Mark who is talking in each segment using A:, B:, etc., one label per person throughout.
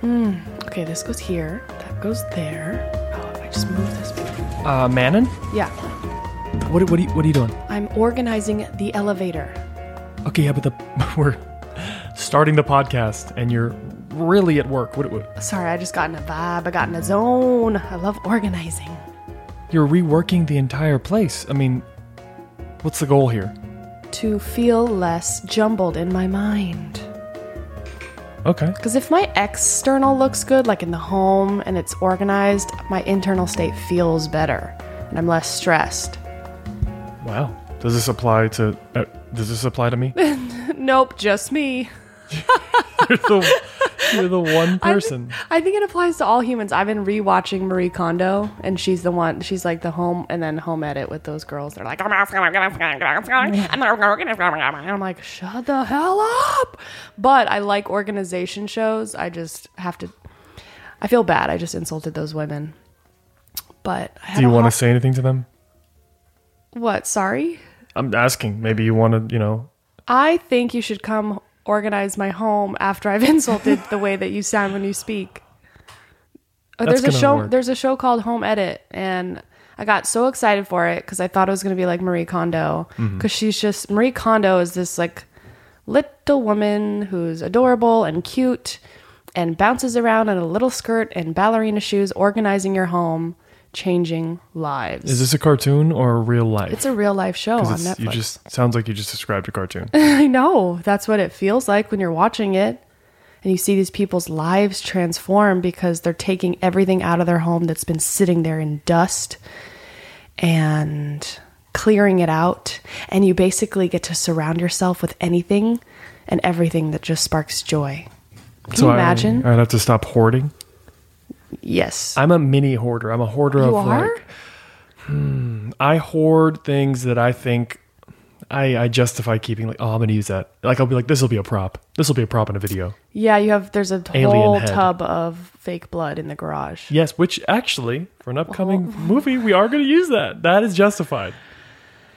A: Mm, okay, this goes here. That goes there. Oh, if I just move this.
B: Uh, Manon,
A: Yeah,
B: what what are you, what are you doing?
A: I'm organizing the elevator.
B: Okay, yeah, but the we're starting the podcast, and you're really at work. What, what
A: Sorry, I just got in a vibe. I got in a zone. I love organizing.
B: you're reworking the entire place? I mean, what's the goal here?
A: To feel less jumbled in my mind.
B: Okay,
A: Because if my external looks good, like in the home and it's organized, my internal state feels better and I'm less stressed.
B: wow. Does this apply to? Uh, does this apply to me?
A: Nope, just me.
B: you're, the, you're the one person.
A: I think it applies to all humans. I've been rewatching Marie Kondo, and she's the one. She's like the home, and then home edit with those girls. They're like, and I'm like, shut the hell up. But I like organization shows. I just have to. I feel bad. I just insulted those women. But I
B: Do you want to say anything to them?
A: to? What? Sorry.
B: I'm asking. Maybe you want to, you know,
A: I think you should come organize my home after I've insulted the way that you sound when you speak. Uh,
B: That's
A: there's a
B: gonna
A: show.
B: work.
A: There's a show called Home Edit, and I got so excited for it because I thought it was going to be like Marie Kondo, because
B: Mm-hmm.
A: she's just Marie Kondo is this like little woman who's adorable and cute, and bounces around in a little skirt and ballerina shoes, organizing your home, changing lives.
B: is this a cartoon or real life?
A: it's a real life show on
B: 'Cause it's-
A: Netflix.
B: You just sounds like you just described a cartoon.
A: I know. That's what it feels like when you're watching it and you see these people's lives transform because they're taking everything out of their home that's been sitting there in dust and clearing it out. And you basically get to surround yourself with anything and everything that just sparks joy. Can you imagine?
B: I, would have to stop hoarding.
A: yes.
B: I'm a mini hoarder. I'm a hoarder
A: you
B: of
A: are?
B: like I hoard things that I think I, I justify keeping. Like, oh, I'm gonna use that. Like, I'll be like, this will be a prop. This will be a prop in a video.
A: yeah, you have there's a
B: Alien
A: whole
B: head.
A: tub of fake blood in the garage.
B: Yes, which actually for an upcoming
A: Oh.
B: movie, we are gonna use that. That is justified.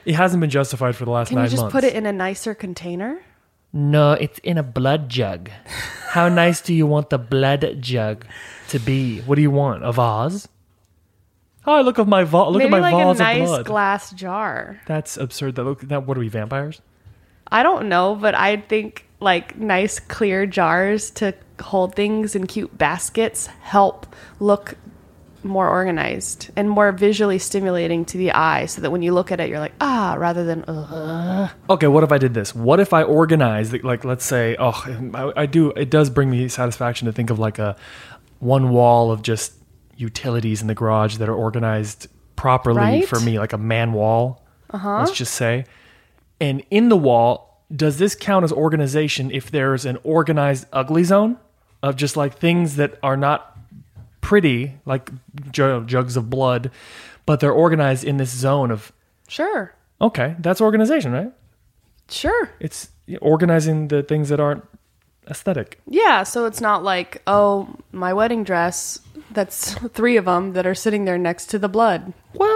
B: It hasn't been justified for the last
A: Can
B: nine
A: you just
B: months.
A: put it in a nicer container?
C: No, it's in a blood jug. How nice do you want the blood jug?
B: to be. What do you want? A vase? Oh, look at my vase. Look
A: Maybe
B: at my
A: like
B: vase
A: a nice
B: of blood.
A: glass jar.
B: That's absurd. That look. That what are we vampires?
A: I don't know, but I think like nice clear jars to hold things in cute baskets help look more organized and more visually stimulating to the eye so that when you look at it you're like ah rather than Ugh.
B: okay, what if I did this? What if I organized, like, like let's say, oh, I, I do, it does bring me satisfaction to think of like a one wall of just utilities in the garage that are organized properly
A: Right?
B: for me, like a man wall, uh-huh. let's just say. And in the wall, does this count as organization if there's an organized ugly zone of just like things that are not pretty, like ju- jugs of blood, but they're organized in this zone of,
A: sure
B: okay, that's organization, right?
A: sure
B: it's organizing the things that aren't aesthetic.
A: yeah so it's not like oh my wedding dress that's three of them that are sitting there next to the blood
B: Well,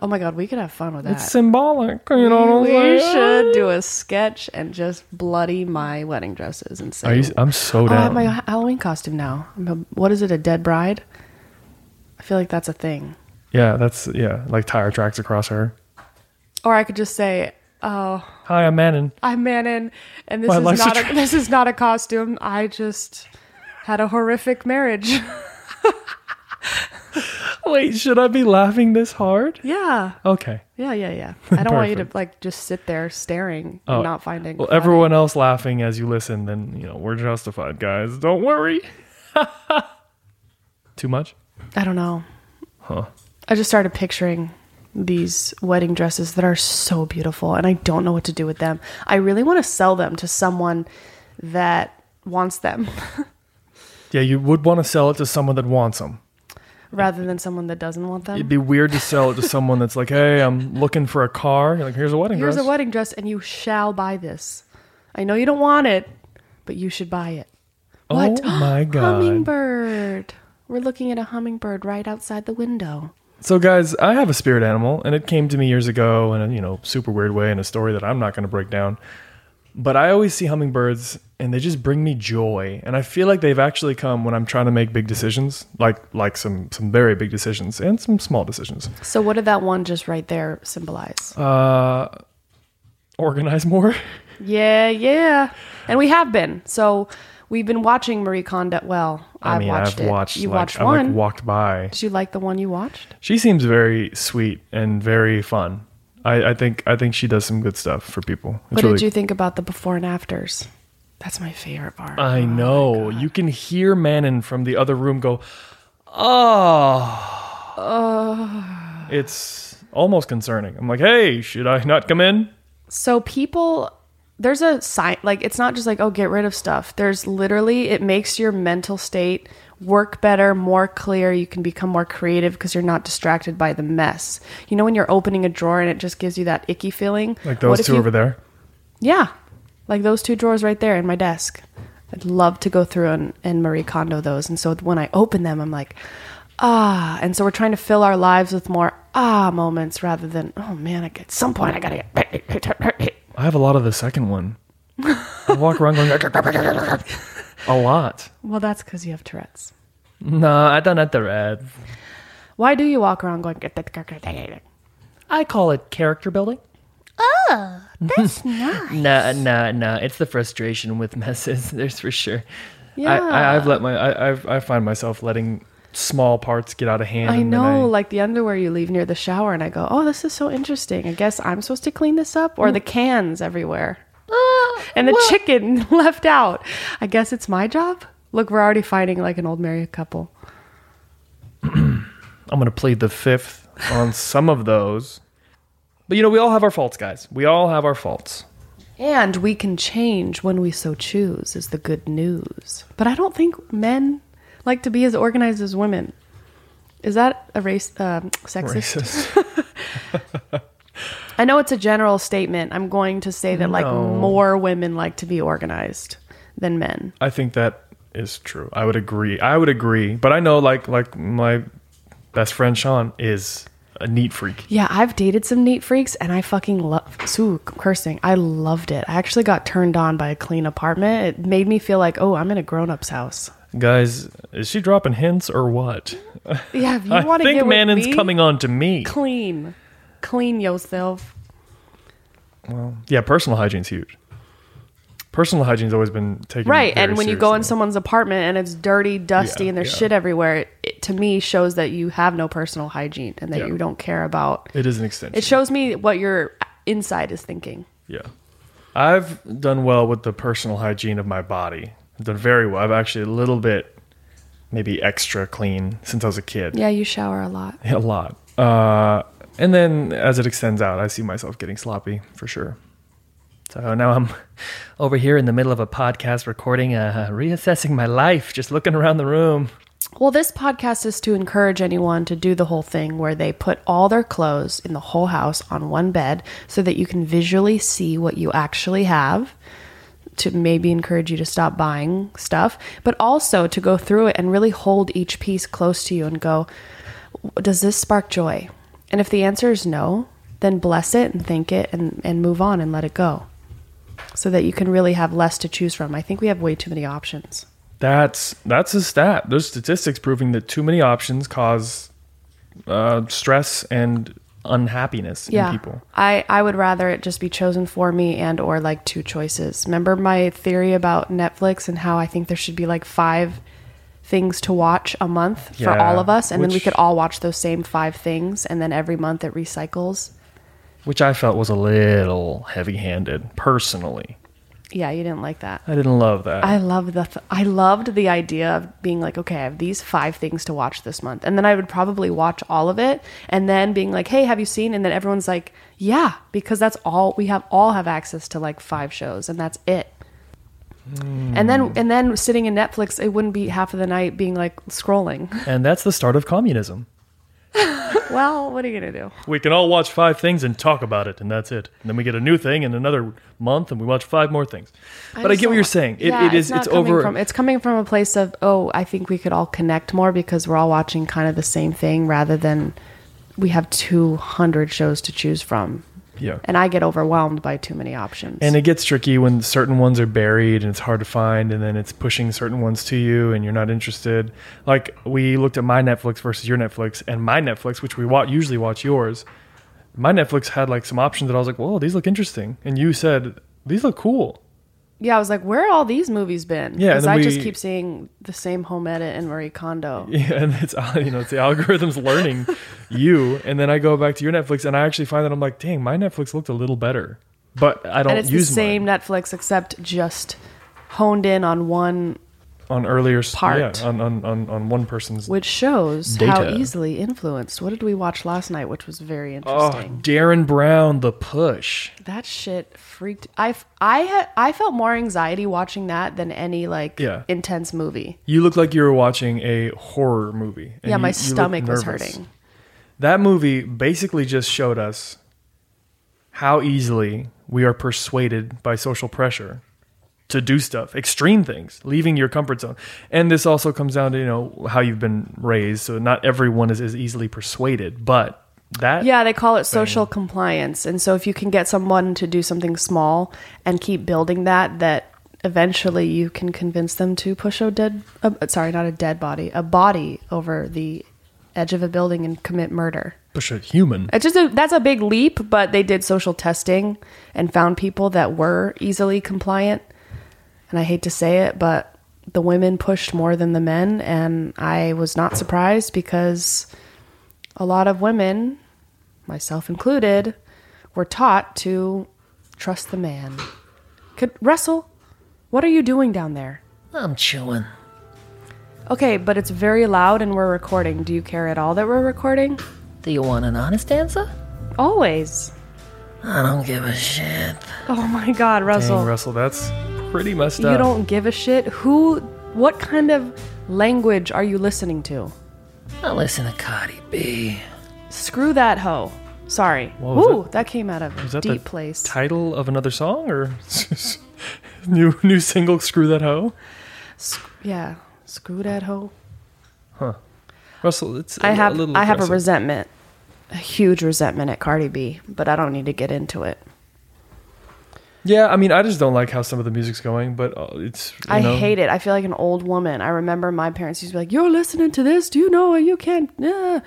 A: oh my god we could have fun with that
B: it's symbolic. You know what I'm
A: we
B: saying?
A: should do a sketch and just bloody my wedding dresses and say
B: Are you, I'm so
A: Oh, I have
B: down.
A: my Ha- Halloween costume now. I'm a, what is it? A dead bride? I feel like that's a thing.
B: yeah, that's yeah. Like tire tracks across her.
A: Or I could just say, "Oh,
B: Hi, I'm Manon.
A: I'm Manon, and this
B: My
A: is
B: life's a
A: not a,
B: tra-
A: this is not a costume. I just had a horrific marriage."
B: Wait, should I be laughing this hard?
A: yeah,
B: Okay.
A: yeah, yeah, yeah. I don't want you to like just sit there staring,
B: Oh,
A: and not finding.
B: Well,
A: funny.
B: everyone else laughing as you listen, then you know we're justified, guys. Don't worry. Too much?
A: I don't know.
B: Huh.
A: I just started picturing these wedding dresses that are so beautiful and I don't know what to do with them. I really want to sell them to someone that wants them
B: Yeah, you would want to sell it to someone that wants them.
A: rather than someone that doesn't want them.
B: It'd be weird to sell it to someone that's like, "Hey, I'm looking for a car." You're like, "Here's a wedding
A: Here's a
B: dress."
A: wedding dress and you shall buy this. I know you don't want it, but you should buy it. What?
B: Oh my god!
A: Hummingbird. We're looking at a hummingbird right outside the window.
B: So, guys, I have a spirit animal, and it came to me years ago in a you know super weird way in a story that I'm not going to break down. But I always see hummingbirds and they just bring me joy. And I feel like they've actually come when I'm trying to make big decisions, like like some some very big decisions and some small decisions.
A: So what did that one just right there symbolize?
B: Uh organize more.
A: yeah, yeah. And we have been. So we've been watching Marie Kondo. Well,
B: I
A: I've
B: mean,
A: watched
B: I've
A: it.
B: watched
A: you
B: like
A: watched
B: I've
A: one.
B: like walked by.
A: Did you like the one you watched?
B: She seems very sweet and very fun. I, I think I think she does some good stuff for people. It's
A: what
B: really
A: did you think about the before and afters? That's my favorite part.
B: I know. You can hear Manon from the other room go, "Oh." It's almost concerning. I'm like, "Hey, should I not come in?"
A: so people there's a sign like it's not just like oh get rid of stuff there's literally it makes your mental state work better more clear you can become more creative because you're not distracted by the mess you know when you're opening a drawer and it just gives you that icky feeling
B: Like
A: What
B: those
A: if
B: two
A: you-
B: over there.
A: yeah like those two drawers right there in my desk i'd love to go through and, and marie kondo those and so when i open them i'm like ah and so we're trying to fill our lives with more ah moments rather than oh man I, at some point i gotta get
B: I have a lot of the second one. I walk around going a lot.
A: well that's because you have tourette's
C: No, I don't have the red.
A: Why do you walk around going? "Get that character data?"
C: I call it character building. Oh, that's nice. No, no, no. It's the frustration with messes. There's for sure.
B: I, I, I've
A: Yeah.
B: let my I, I've, I find myself letting small parts get out of hand.
A: I
B: and then
A: know, like the underwear you leave near the shower, and I go, "Oh, this is so interesting. I guess I'm supposed to clean this up." Or the cans everywhere, and the chicken left out. I guess it's my job. Look, we're already fighting like an old married couple.
B: I'm going to plead the fifth on some of those. But you know, we all have our faults, guys. We all have our faults.
A: And we can change when we so choose is the good news. But I don't think men like to be as organized as women. Is that a race um sexist?
B: Racist.
A: I know it's a general statement. I'm going to say that like
B: No.
A: more women like to be organized than men.
B: I think that is true. I would agree. I would agree. But I know like like my best friend Sean is a neat freak.
A: Yeah, I've dated some neat freaks and I fucking love ooh, cursing. I loved it. I actually got turned on by a clean apartment. It made me feel like, "Oh, I'm in a grown-up's house."
B: Guys, is she dropping hints or what?
A: Yeah, if you
B: I
A: want to
B: think
A: get
B: Manon's
A: with me,
B: coming on to me.
A: clean. Clean yourself.
B: Yeah, personal hygiene's huge. Personal hygiene's always been taken
A: Right.
B: very
A: and when you go in
B: seriously.
A: someone's apartment and it's dirty, dusty,
B: Yeah,
A: and there's
B: yeah.
A: shit everywhere, it, it to me shows that you have no personal hygiene and that
B: Yeah.
A: you don't care about
B: it is an extension.
A: It shows me what your inside is thinking.
B: Yeah. I've done well with the personal hygiene of my body. I've done very well. I've actually a little bit, maybe extra clean since I was a kid.
A: Yeah, you shower a lot.
B: A lot. Uh, and then as it extends out, I see myself getting sloppy for sure.
C: So now I'm over here in the middle of a podcast recording, uh, reassessing my life, just looking around the room.
A: Well, this podcast is to encourage anyone to do the whole thing where they put all their clothes in the whole house on one bed so that you can visually see what you actually have. To maybe encourage you to stop buying stuff, but also to go through it and really hold each piece close to you and go, does this spark joy? And if the answer is no, then bless it and thank it and, and move on and let it go so that you can really have less to choose from. I think we have way too many options.
B: That's that's a stat. There's statistics proving that too many options cause uh, stress and unhappiness in people.
A: I, I would rather it just be chosen for me and or like two choices. Remember my theory about Netflix and how I think there should be like five things to watch a month for
B: Yeah,
A: all of us and then we
B: which-
A: could all watch those same five things and then every month it recycles.
B: Which I felt was a little heavy handed personally.
A: Yeah, you didn't like that.
B: I didn't love that.
A: I love the th- I loved the idea of being like, okay, I have these five things to watch this month, and then I would probably watch all of it, and then being like, hey, have you seen? And then everyone's like, yeah, because that's all we have. All have access to like five shows, and that's it. And then and then sitting in Netflix, it wouldn't be half of the night being like scrolling.
B: and that's the start of communism.
A: well, what are you gonna do?
B: We can all watch five things and talk about it, and that's it. And then we get a new thing in another month, and we watch five more things. but I
A: just
B: get what
A: don't-
B: you're saying. It,
A: Yeah,
B: it is.
A: not
B: It's,
A: coming
B: over.
A: From, it's coming from a place of oh, I think we could all connect more because we're all watching kind of the same thing rather than we have two hundred shows to choose from.
B: Yeah.
A: And I get overwhelmed by too many options.
B: And it gets tricky when certain ones are buried and it's hard to find, and then it's pushing certain ones to you, and you're not interested. Like we looked at my Netflix versus your Netflix, and my Netflix, which we wa- usually watch yours, my Netflix had like some options that I was like, "Whoa, these look interesting," and you said, "These look cool."
A: yeah, I was like, where all these movies been?
B: Yeah, and
A: Because
B: then
A: I just
B: we-
A: keep seeing the same home edit and Marie Kondo.
B: Yeah, and it's uh, you know it's the algorithm's learning you, and then I go back to your Netflix, and I actually find that I'm like, "Dang, my Netflix looked a little better," but I don't
A: and it's the
B: use
A: same
B: mine
A: Netflix except just honed in on one
B: on earlier s-
A: part.
B: Yeah, on, on on on one person's
A: which shows how
C: Data.
A: easily influenced. What did we watch last night which was very
B: Oh,
A: interesting?
B: Darren Brown, the push.
A: That shit freaked I I had I felt more anxiety watching that than any like
B: Yeah.
A: intense movie.
B: You look like you were watching a horror movie. and
A: yeah, my
B: you- you look
A: stomach was
B: nervous.
A: hurting.
B: That movie basically just showed us how easily we are persuaded by social pressure to do stuff, extreme things, leaving your comfort zone. And this also comes down to, you know, how you've been raised. So not everyone is as easily persuaded, but that
A: Yeah, they call it social compliance. And so if you can get someone to do something small and keep building that, that eventually you can convince them to push a dead, uh, sorry, not a dead body, a body over the edge of a building and commit murder.
B: push a human.
A: It's just a, that's a big leap, but they did social testing and found people that were easily compliant. And I hate to say it, but the women pushed more than the men, and I was not surprised because a lot of women, myself included, were taught to trust the man. Could Russell, what are you doing down there?
C: I'm chilling.
A: Okay, but it's very loud and we're recording. Do you care at all that we're recording?
C: Do you want an honest answer?
A: Always.
C: I don't give a shit.
A: Oh my god, Russell.
B: Dang, Russell, that's pretty messed
A: You
B: up.
A: don't give a shit. Who? What kind of language are you listening to?
C: I listen to Cardi B.
A: Screw that hoe. Sorry.
B: was
A: Ooh, that, came out of
B: Is
A: a
B: that
A: deep
B: the
A: place.
B: title of another song or new new single screw that hoe?
A: yeah. Screw that hoe.
B: Russell, it's a-
A: I have
B: a little
A: I have a
B: aggressive.
A: resentment, a huge resentment at Cardi B, but I don't need to get into it.
B: Yeah, I mean, I just don't like how some of the music's going, but uh, it's. You
A: I
B: know,
A: hate it. I feel like an old woman. I remember my parents used to be like, "You're listening to this? Do you know you can't? Uh,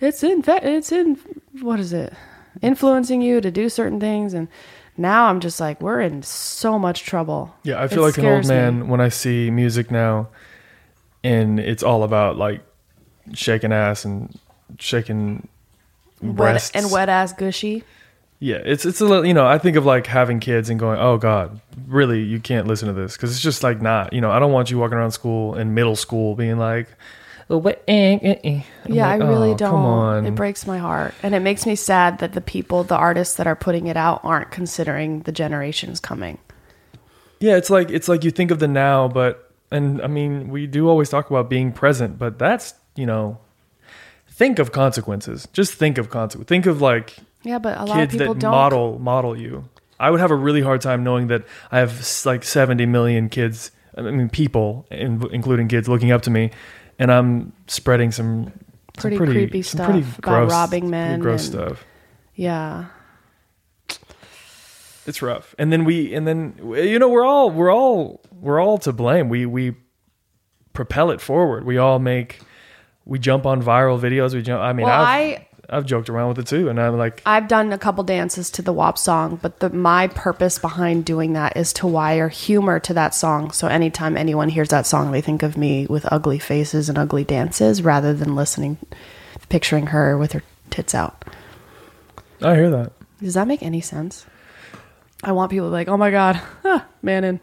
A: it's in fact, it's in what is it? Influencing you to do certain things." And now I'm just like, we're in so much trouble.
B: Yeah, I
A: It
B: feel like an old
A: scares me.
B: man when I see music now, and it's all about like shaking ass and shaking
A: Wet,
B: breasts
A: and wet ass gushy.
B: Yeah, it's it's a little. You know, I think of like having kids and going, "Oh God, really? You can't listen to this because it's just like not. You know, I don't want you walking around school in middle school being like,
C: Oh, wait, eh, eh, eh. I'm
A: yeah,
B: like,
A: I really
B: "Oh,
A: don't.
B: come on."
A: It breaks my heart, and it makes me sad that the people, the artists that are putting it out, aren't considering the generations coming.
B: Yeah, it's like it's like you think of the now, but and I mean we do always talk about being present, but that's you know, think of consequences. Just think of consequences. Think of like
A: Yeah, but a lot of
B: kids
A: people
B: that
A: don't.
B: model model you. I would have a really hard time knowing that I have s- like seventy million kids. I mean, people, in, including kids, looking up to me, and I'm spreading some some
A: Pretty creepy
B: some pretty
A: stuff about
B: gross-
A: robbing
B: pretty
A: men
B: Gross
A: and-
B: stuff.
A: Yeah.
B: It's rough. And then we and then you know we're all we're all we're all to blame. We we propel it forward. We all make we jump on viral videos. We jump I mean
A: Well,
B: I've,
A: I-
B: I've joked around with it too and I'm like
A: I've done a couple dances to the WAP song, but the, my purpose behind doing that is to wire humor to that song. So anytime anyone hears that song, they think of me with ugly faces and ugly dances rather than listening, picturing her with her tits out.
B: I hear that.
A: Does that make any sense? I want people to be like, oh my God, huh, Manon.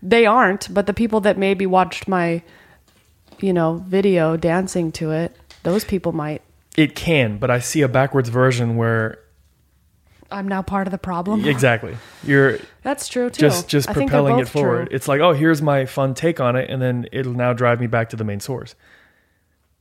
A: They aren't, but the people that maybe watched my, you know, video dancing to it, those people might.
B: It can, but I see a backwards version where
A: I'm now part of the problem.
B: exactly. You're
A: That's true too.
B: just just
A: I think they're
B: propelling it
A: both true.
B: forward. It's like, "Oh, here's my fun take on it," and then it'll now drive me back to the main source.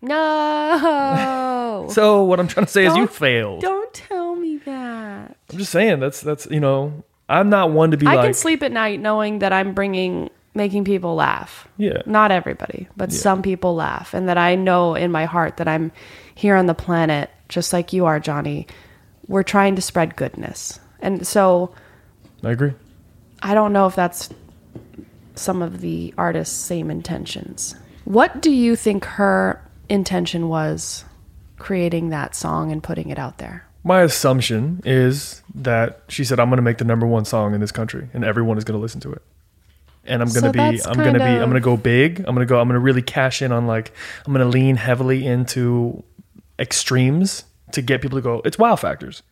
A: No.
B: So, what I'm trying to say is you
A: Don't-
B: failed.
A: Don't tell me that.
B: I'm just saying that's that's, you know, I'm not one to be
A: I
B: like
A: can sleep at night knowing that I'm bringing making people laugh.
B: Yeah.
A: Not everybody, but some people laugh and that I know in my heart that I'm here on the planet just like you are, Johnny. We're trying to spread goodness And so
B: I agree.
A: I don't know if that's some of the artist's same intentions. What do you think her intention was creating that song and putting it out there?
B: My assumption is that she said, "I'm going to make the number one song in this country, and everyone is going to listen to it." And I'm
A: So
B: going to be,
A: that's
B: I'm going to be,
A: kind
B: I'm going to
A: of-
B: go big. I'm going to go. I'm going to really cash in on like, I'm going to lean heavily into extremes to get people to go. It's wow factors.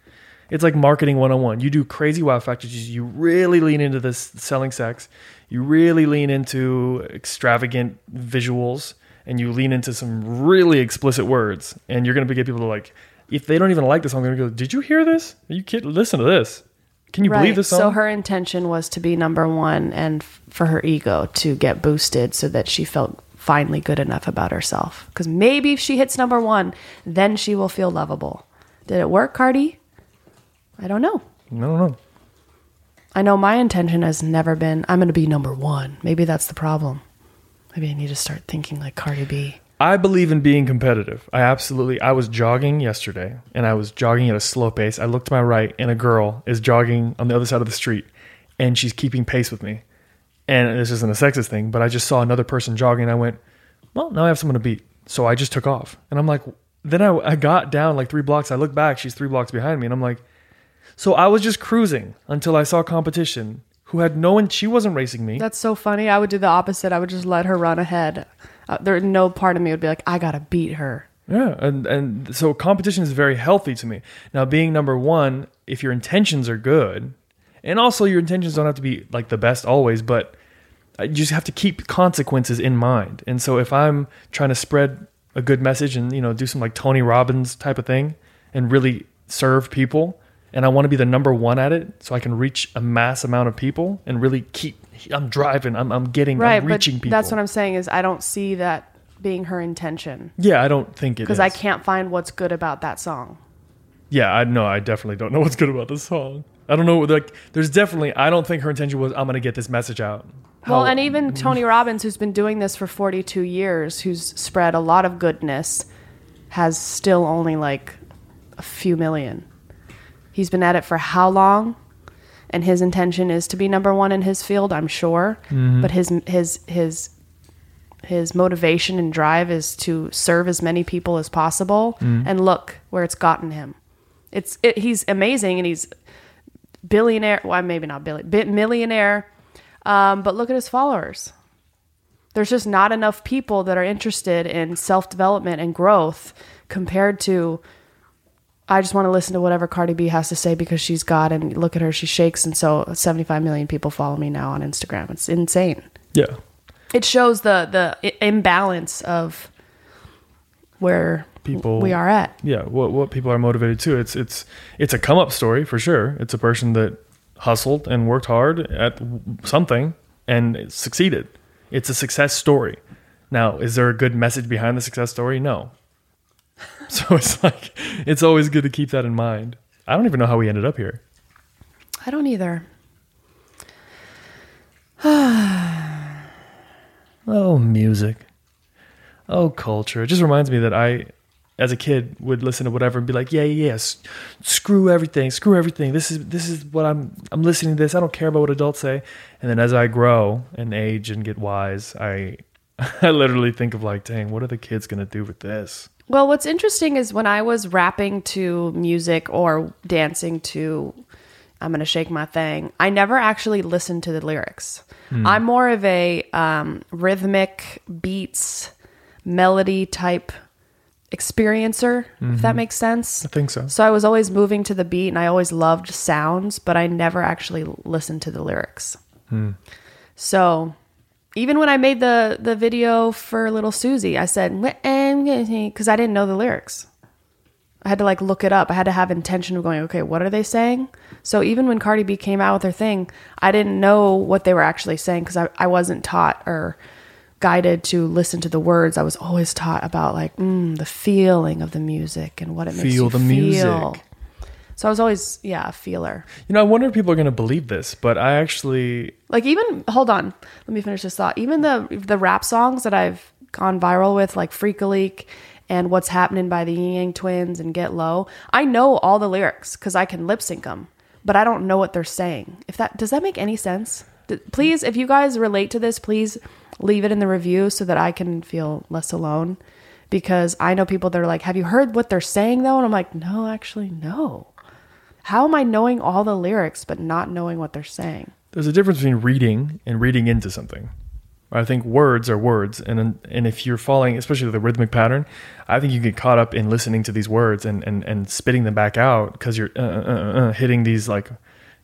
B: It's like marketing 101. You do crazy wow factors. You you really lean into this selling sex. You really lean into extravagant visuals and you lean into some really explicit words. And you're going to get people to like, if they don't even like the song, they're going to go, Did you hear this? Are you kidding? Listen to this. Can you believe this song?
A: So her intention was to be number one and f- for her ego to get boosted so that she felt finally good enough about herself. Because maybe if she hits number one, then she will feel lovable. Did it work, Cardi? I don't know.
B: I don't know.
A: I know my intention has never been, I'm going to be number one. Maybe that's the problem. Maybe I need to start thinking like Cardi B.
B: I believe in being competitive. I absolutely. I was jogging yesterday, and I was jogging at a slow pace. I looked to my right, and a girl is jogging on the other side of the street, and she's keeping pace with me. And this isn't a sexist thing, but I just saw another person jogging, and I went, "Well, now I have someone to beat." So I just took off, and I'm like, then I, I got down like three blocks. I look back, she's three blocks behind me, and I'm like, so I was just cruising until I saw competition who had no one. She wasn't racing me.
A: That's so funny. I would do the opposite. I would just let her run ahead. Uh, there, no part of me would be like, I got to beat her.
B: Yeah, and and so competition is very healthy to me. Now, being number one, if your intentions are good, and also your intentions don't have to be like the best always, but uh, you just have to keep consequences in mind. And so, if I'm trying to spread a good message and you know do some like Tony Robbins type of thing and really serve people, and I want to be the number one at it, so I can reach a mass amount of people and really keep. I'm driving. I'm I'm getting.
A: right
B: I'm reaching
A: but
B: people.
A: that's what i'm saying is i don't see that being her intention
B: Yeah, I don't think it is.
A: because i can't find what's good about that song
B: Yeah, I know. I definitely don't know what's good about this song. I don't know. Like, there's definitely. I don't think her intention was. I'm gonna get this message out.
A: well
B: How-
A: and even tony robbins who's been doing this for 42 years who's spread a lot of goodness has still only like a few million he's been at it for how long and his intention is to be number one in his field i'm sure but his his his his motivation and drive is to serve as many people as possible and look where it's gotten him it's it, he's amazing and he's billionaire well maybe not billion bit millionaire um, but look at his followers there's just not enough people that are interested in self-development and growth compared to i just want to listen to whatever cardi b has to say because she's god and look at her she shakes and so 75 million people follow me now on instagram it's insane
B: yeah,
A: it shows the the i- imbalance of where
B: People-
A: we are at.
B: yeah. What what people are motivated to. It's it's it's a come up story for sure. It's a person that hustled and worked hard at w- something and succeeded. It's a success story. Now, is there a good message behind the success story? No. So it's like it's always good to keep that in mind. I don't even know how we ended up here.
A: I don't either.
B: Oh, music. Oh, culture. It just reminds me that I, as a kid, would listen to whatever and be like, yeah, yeah, yeah, s- screw everything, screw everything. This is this is what I'm I'm listening to this. I don't care about what adults say. And then as I grow and age and get wise, I I literally think of like, dang, what are the kids gonna do with this?
A: Well, what's interesting is when I was rapping to music or dancing to I'm going to shake my thing, I never actually listened to the lyrics. I'm more of a um, rhythmic beats, melody type experiencer, if that makes sense.
B: I think so.
A: So I was always moving to the beat and I always loved sounds, but I never actually listened to the lyrics. So even when I made the the video for Little Susie, I said because I didn't know the lyrics. I had to like look it up. I had to have intention of going, okay, what are they saying? So even when Cardi B came out with her thing, I didn't know what they were actually saying because I, I wasn't taught or guided to listen to the words. I was always taught about like mm, the feeling of the music and what it makes
B: Feel
A: you
B: the
A: feel.
B: music.
A: So I was always, yeah, a feeler.
B: You know, I wonder if people are gonna believe this, but I actually
A: Like even hold on, let me finish this thought. Even the the rap songs that I've gone viral with, like Freak a Leak and What's Happening by the Yin Yang Twins and Get Low, I know all the lyrics because I can lip sync them. but I don't know what they're saying. If that does that make any sense? D- Please, if you guys relate to this, please leave it in the review so that I can feel less alone. Because I know people that are like, "Have you heard what they're saying though?" And I'm like, "No, actually, no." How am I knowing all the lyrics but not knowing what they're saying?
B: There's a difference between reading and reading into something. I think words are words, and and if you're following, especially the rhythmic pattern, I think you get caught up in listening to these words and and, and spitting them back out because you're uh, uh, uh, uh, hitting these like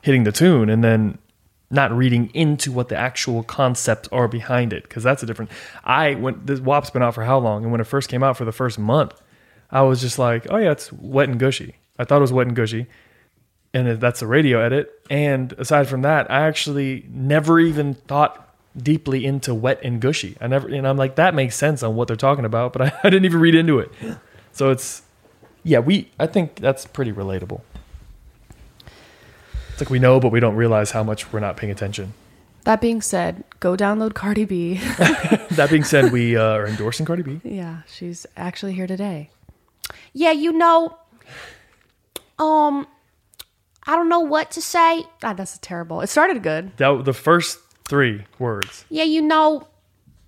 B: hitting the tune, and then not reading into what the actual concepts are behind it because that's a different. I when this WAP's been out for how long, and when it first came out for the first month, I was just like, oh yeah, it's wet and gushy. I thought it was wet and gushy, and it- that's a radio edit. And aside from that, I actually never even thought deeply into wet and gushy. I never, and I'm like, that makes sense on what they're talking about, but I, I didn't even read into it. So it's, yeah, we, I think that's pretty relatable. It's like we know, but we don't realize how much we're not paying attention.
A: That being said, go download Cardi B.
B: That being said, we uh, are endorsing Cardi B.
A: yeah, she's actually here today. Yeah, you know, um,
D: I don't know what to say.
A: God, Ah, that's terrible. It started good.
B: That the first three words,
D: Yeah, you know,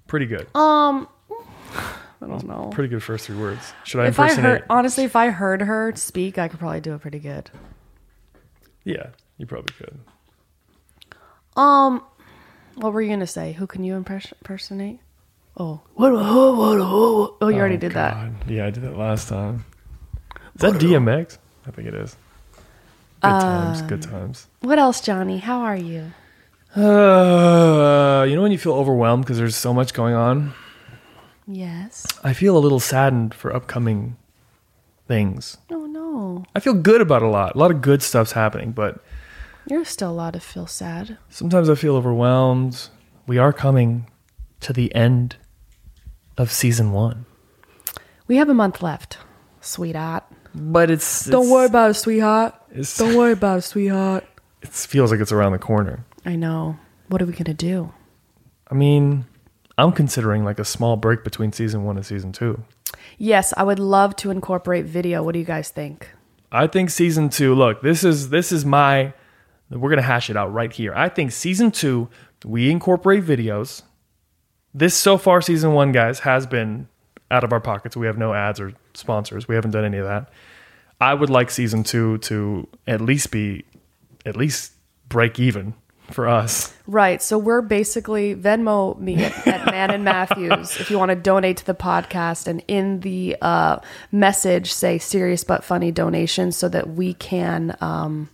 B: pretty good,
D: um,
A: I don't know.
B: pretty good first three words. Should I
A: if I
B: impersonate?
D: um,
A: heard, honestly, if I heard her speak, I could probably do it pretty good.
B: yeah, you probably could.
D: um,
A: What were you gonna say? Who can you impress- impersonate? Oh, what? Oh, what- oh, oh, you already did that.
B: God. Yeah, I did that last time. Is that DMX? I think it is. Good
A: Uh,
B: times, good times.
A: What else, Johnny? How are you?
B: Uh, you know when you feel overwhelmed because there's so much going on?
A: Yes.
B: I feel a little saddened for upcoming things.
A: Oh no,
B: I feel good about a lot. A lot of good stuff's happening, but
A: you're still allowed to feel sad.
B: sometimes I feel overwhelmed. We are coming to the end of season one.
A: We have a month left, sweetheart.
B: But it's, it's-
A: about it, sweetheart.
B: It's,
A: worry about it, sweetheart.
B: it feels like it's around the corner.
A: I know. What are we gonna do?
B: I mean, I'm considering like a small break between season one and season two.
A: Yes, I would love to incorporate video. What do you guys think?
B: I think season two. Look, this is this is my. We're gonna hash it out right here. I think season two, we incorporate videos. This so far, season one, guys, has been out of our pockets. We have no ads or sponsors. We haven't done any of that. I would like season two to at least be, at least break even for us.
A: Right. So we're basically Venmo me at, at Man and Matthews if you want to donate to the podcast and in the uh, message say serious but funny donation so that we can um,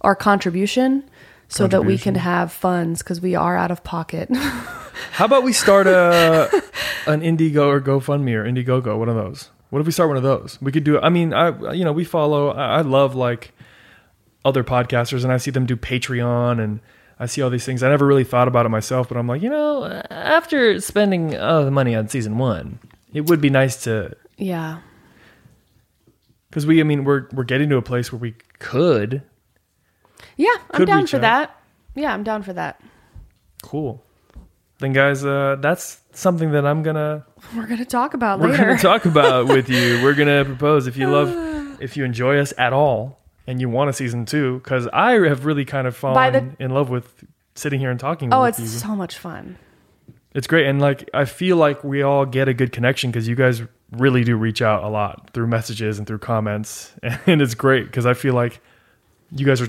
A: our contribution so that we can have funds because we are out of pocket.
B: How about we start a an Indigo or GoFundMe or Indiegogo, one of those? What if we start one of those? We could do. I mean, I you know we follow. I, I love like other podcasters, and I see them do Patreon, and I see all these things. I never really thought about it myself, but I'm like, you know, after spending all the money on season one, it would be nice to
A: yeah.
B: because we. I mean, we're we're getting to a place where we could
A: Yeah, I'm
B: Could
A: down
B: reach
A: for
B: out.
A: that. Yeah, I'm down for that.
B: cool. Then guys, uh, that's something that I'm gonna
A: We're going to talk about
B: we're
A: later.
B: going to talk about with you. We're going to propose if you love, if you enjoy us at all, and you want a season two, because I have really kind of
A: By
B: fallen
A: the-
B: in love with sitting here and talking.
A: oh,
B: with
A: it's
B: you.
A: so much fun.
B: it's great, and like I feel like we all get a good connection because you guys really do reach out a lot through messages and through comments, and it's great because I feel like you guys are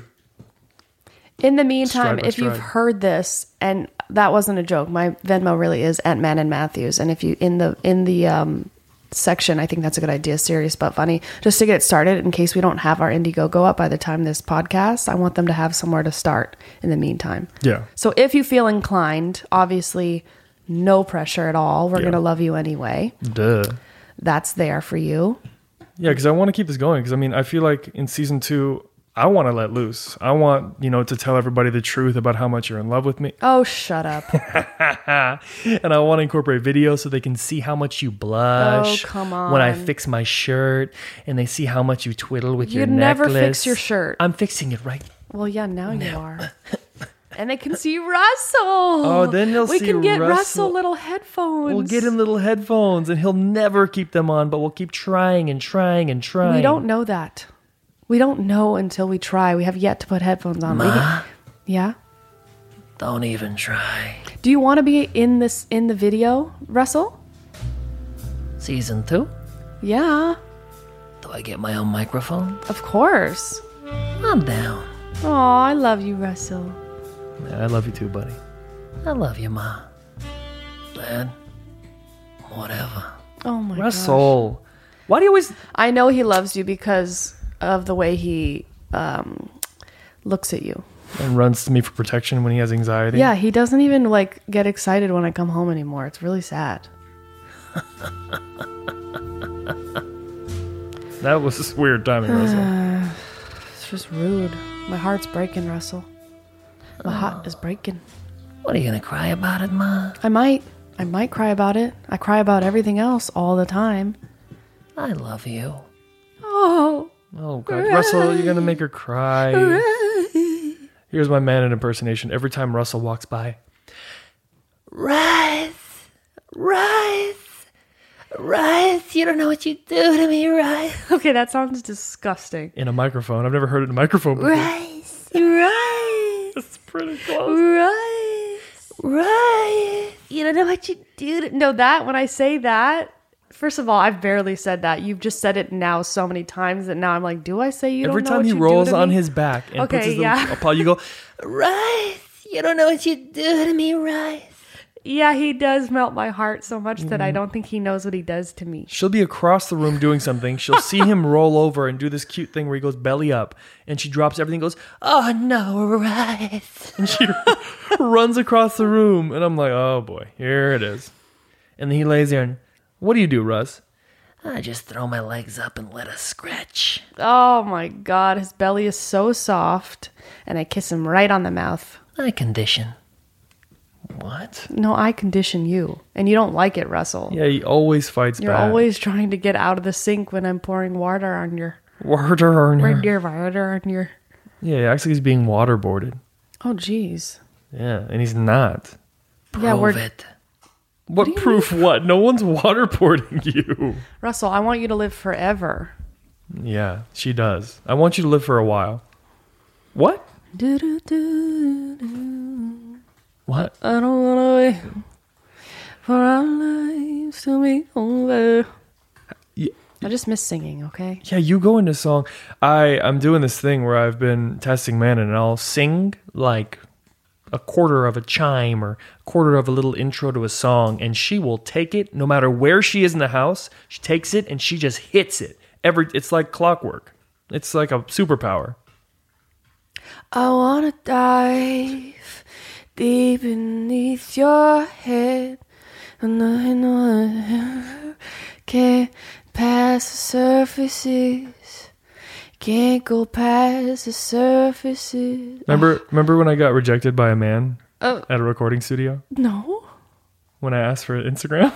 A: In the meantime,
B: Stride by
A: if you've
B: stride.
A: heard this, and that wasn't a joke, my Venmo really is at Man and Matthews. And if you in the in the um, section, I think that's a good idea. Serious but funny, just to get it started. In case we don't have our Indiegogo up by the time this podcast, I want them to have somewhere to start. In the meantime,
B: Yeah.
A: So if you feel inclined, obviously, no pressure at all. We're
B: Yeah.
A: gonna love you anyway.
B: duh.
A: That's there for you.
B: Yeah, because I want to keep this going. Because I mean, I feel like in season two, I want to let loose. I want you know to tell everybody the truth about how much you're in love with me.
A: Oh, shut up!
B: and I want to incorporate video so they can see how much you blush.
A: Oh, come
B: When I
A: on.
B: fix my shirt, and they see how much you twiddle with your
A: You'd never fix
B: necklace.
A: your shirt.
B: I'm fixing it right.
A: Well, yeah, now you are. And they can see Russell.
B: Oh, then they'll
A: we
B: see
A: can get Russell
B: Russell.
A: little headphones.
B: We'll get him little headphones, and he'll never keep them on, but we'll keep trying and trying and trying.
A: We don't know that. We don't know until we try. We have yet to put headphones on. We can- yeah.
C: Don't even try.
A: Do you want to be in this in the video, Russell?
C: Season two?
A: Yeah,
C: Do I get my own microphone?
A: of course.
C: I'm down.
A: Oh, I love you, Russell.
B: Yeah, I love you too, buddy.
C: I love you, Ma. Dad. Whatever.
A: Oh my gosh.
B: Russell. Why do you always
A: I know he loves you because of the way he um, looks at you.
B: and runs to me for protection when he has anxiety?
A: Yeah, he doesn't even like get excited when I come home anymore. It's really sad.
B: That was weird timing, Russell.
A: It's just rude. My heart's breaking, Russell. My heart is breaking.
C: What are you gonna cry about it, Ma?
A: I might I might cry about it. I cry about everything else all the time.
C: I love you.
A: Oh,
B: Oh god, Russell, you're gonna make her cry. Here's my man in impersonation. Every time Russell walks by,
C: Rise! Rise! Rise! You don't know what you do to me, Rise!
A: okay, that sounds disgusting.
B: in a microphone. I've never heard it in a microphone before.
C: Rise! Rise!
B: It's pretty close.
C: Rise! Rise!
A: You don't know what you do. No, that when I say that, first of all, I've barely said that. You've just said it now so many times that now I'm like, do I say you?
B: Every
A: don't know
B: time
A: what
B: he
A: you do
B: rolls
A: to
B: on
A: me?
B: his back and puts
A: Okay,
B: his
A: yeah.
B: little upon, you go,
C: Rise! You don't know what you do to me, Rise!
A: Yeah, he does melt my heart so much that
B: Mm.
A: I don't think he knows what he does to me.
B: she'll be across the room doing something. She'll see him roll over and do this cute thing where he goes belly up and she drops everything, goes,
C: Oh no, Rise!
B: and she runs across the room. And I'm like, oh boy, here it is. And then he lays there and, what do you do, Russ?
C: I just throw my legs up and let us scratch.
A: Oh my god, his belly is so soft, and I kiss him right on the mouth.
C: I condition. What?
A: No, I condition you, and you don't like it, Russell.
B: Yeah, he always fights
A: You're
B: back.
A: always trying to get out of the sink when I'm pouring water on your
B: water on her.
A: right your water on your.
B: Yeah, actually, he's being waterboarded.
A: Oh jeez.
B: Yeah, and he's not.
C: Prove
A: Yeah, we're-
C: it.
B: What, proof? What? No one's waterboarding you.
A: Russell, I want you to live forever.
B: Yeah, she does. I want you to live for a while. What?
A: Do, do, do, do.
B: What?
A: I don't wanna wait for our lives to be over.
B: Ye-
A: I just miss singing, okay?
B: Yeah, you go into song. I I'm doing this thing where I've been testing Manon, and I'll sing like a quarter of a chime or a quarter of a little intro to a song, and she will take it no matter where she is in the house. She takes it and she just hits it. Every it's like clockwork. It's like a superpower.
A: I wanna dive deep beneath your head. And I know I can't pass the surfaces. Can't go past the surfaces.
B: Remember remember when I got rejected by a man
A: Oh.
B: at a recording studio
A: No.
B: when I asked for Instagram?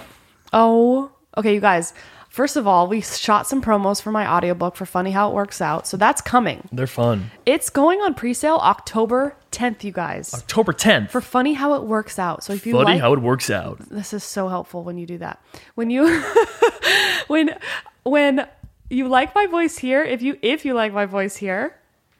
A: Oh, okay, you guys. First of all, we shot some promos for my audiobook for Funny How It Works Out. So that's coming.
B: They're fun.
A: It's going on pre sale October 10th, you guys,
B: October 10th.
A: for Funny How It Works Out. So if you
B: Funny
A: like,
B: how it works out.
A: this is so helpful when you do that. When you, when, when you like my voice here, if you, if you like my voice here,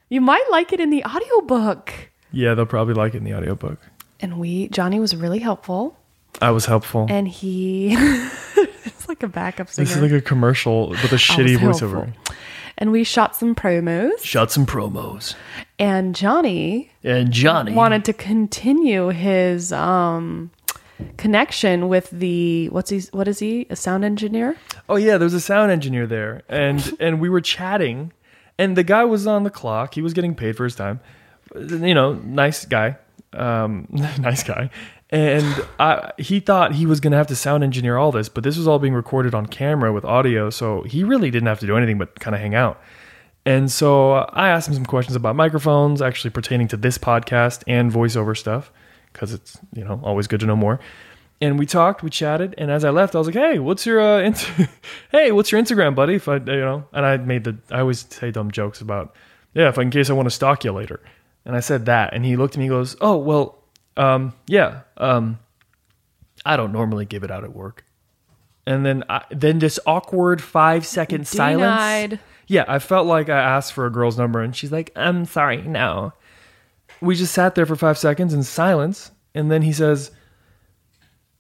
A: you might like it in the audiobook.
B: Yeah, they'll probably like it in the audiobook.
A: And we, Johnny was really helpful
B: I was helpful.
A: and he, it's like a backup singer.
B: This is like a commercial with a
A: I was
B: shitty voiceover.
A: helpful. And we shot some promos,
C: Shot some promos.
A: and Johnny
C: And Johnny.
A: wanted to continue his um, connection with the what's he? What is he? A sound engineer?
B: Oh yeah, there was a sound engineer there, and and we were chatting, and the guy was on the clock. He was getting paid for his time. You know, nice guy, um, nice guy. And I, he thought he was going to have to sound engineer all this, but this was all being recorded on camera with audio, so he really didn't have to do anything but kind of hang out. And so uh, I asked him some questions about microphones, actually pertaining to this podcast and voiceover stuff, because it's you know always good to know more. And we talked, we chatted, and as I left, I was like, "Hey, what's your uh, int- hey, what's your Instagram, buddy?" If I you know, and I made the I always say dumb jokes about yeah, if I, in case I want to stalk you later. And I said that, and he looked at me, and goes, "Oh well, um, yeah, um, I don't normally give it out at work." and then I, then this awkward five second silence.
A: Denied.
B: Yeah, I felt like I asked for a girl's number, and she's like, "I'm sorry, no." We just sat there for five seconds in silence, and then he says,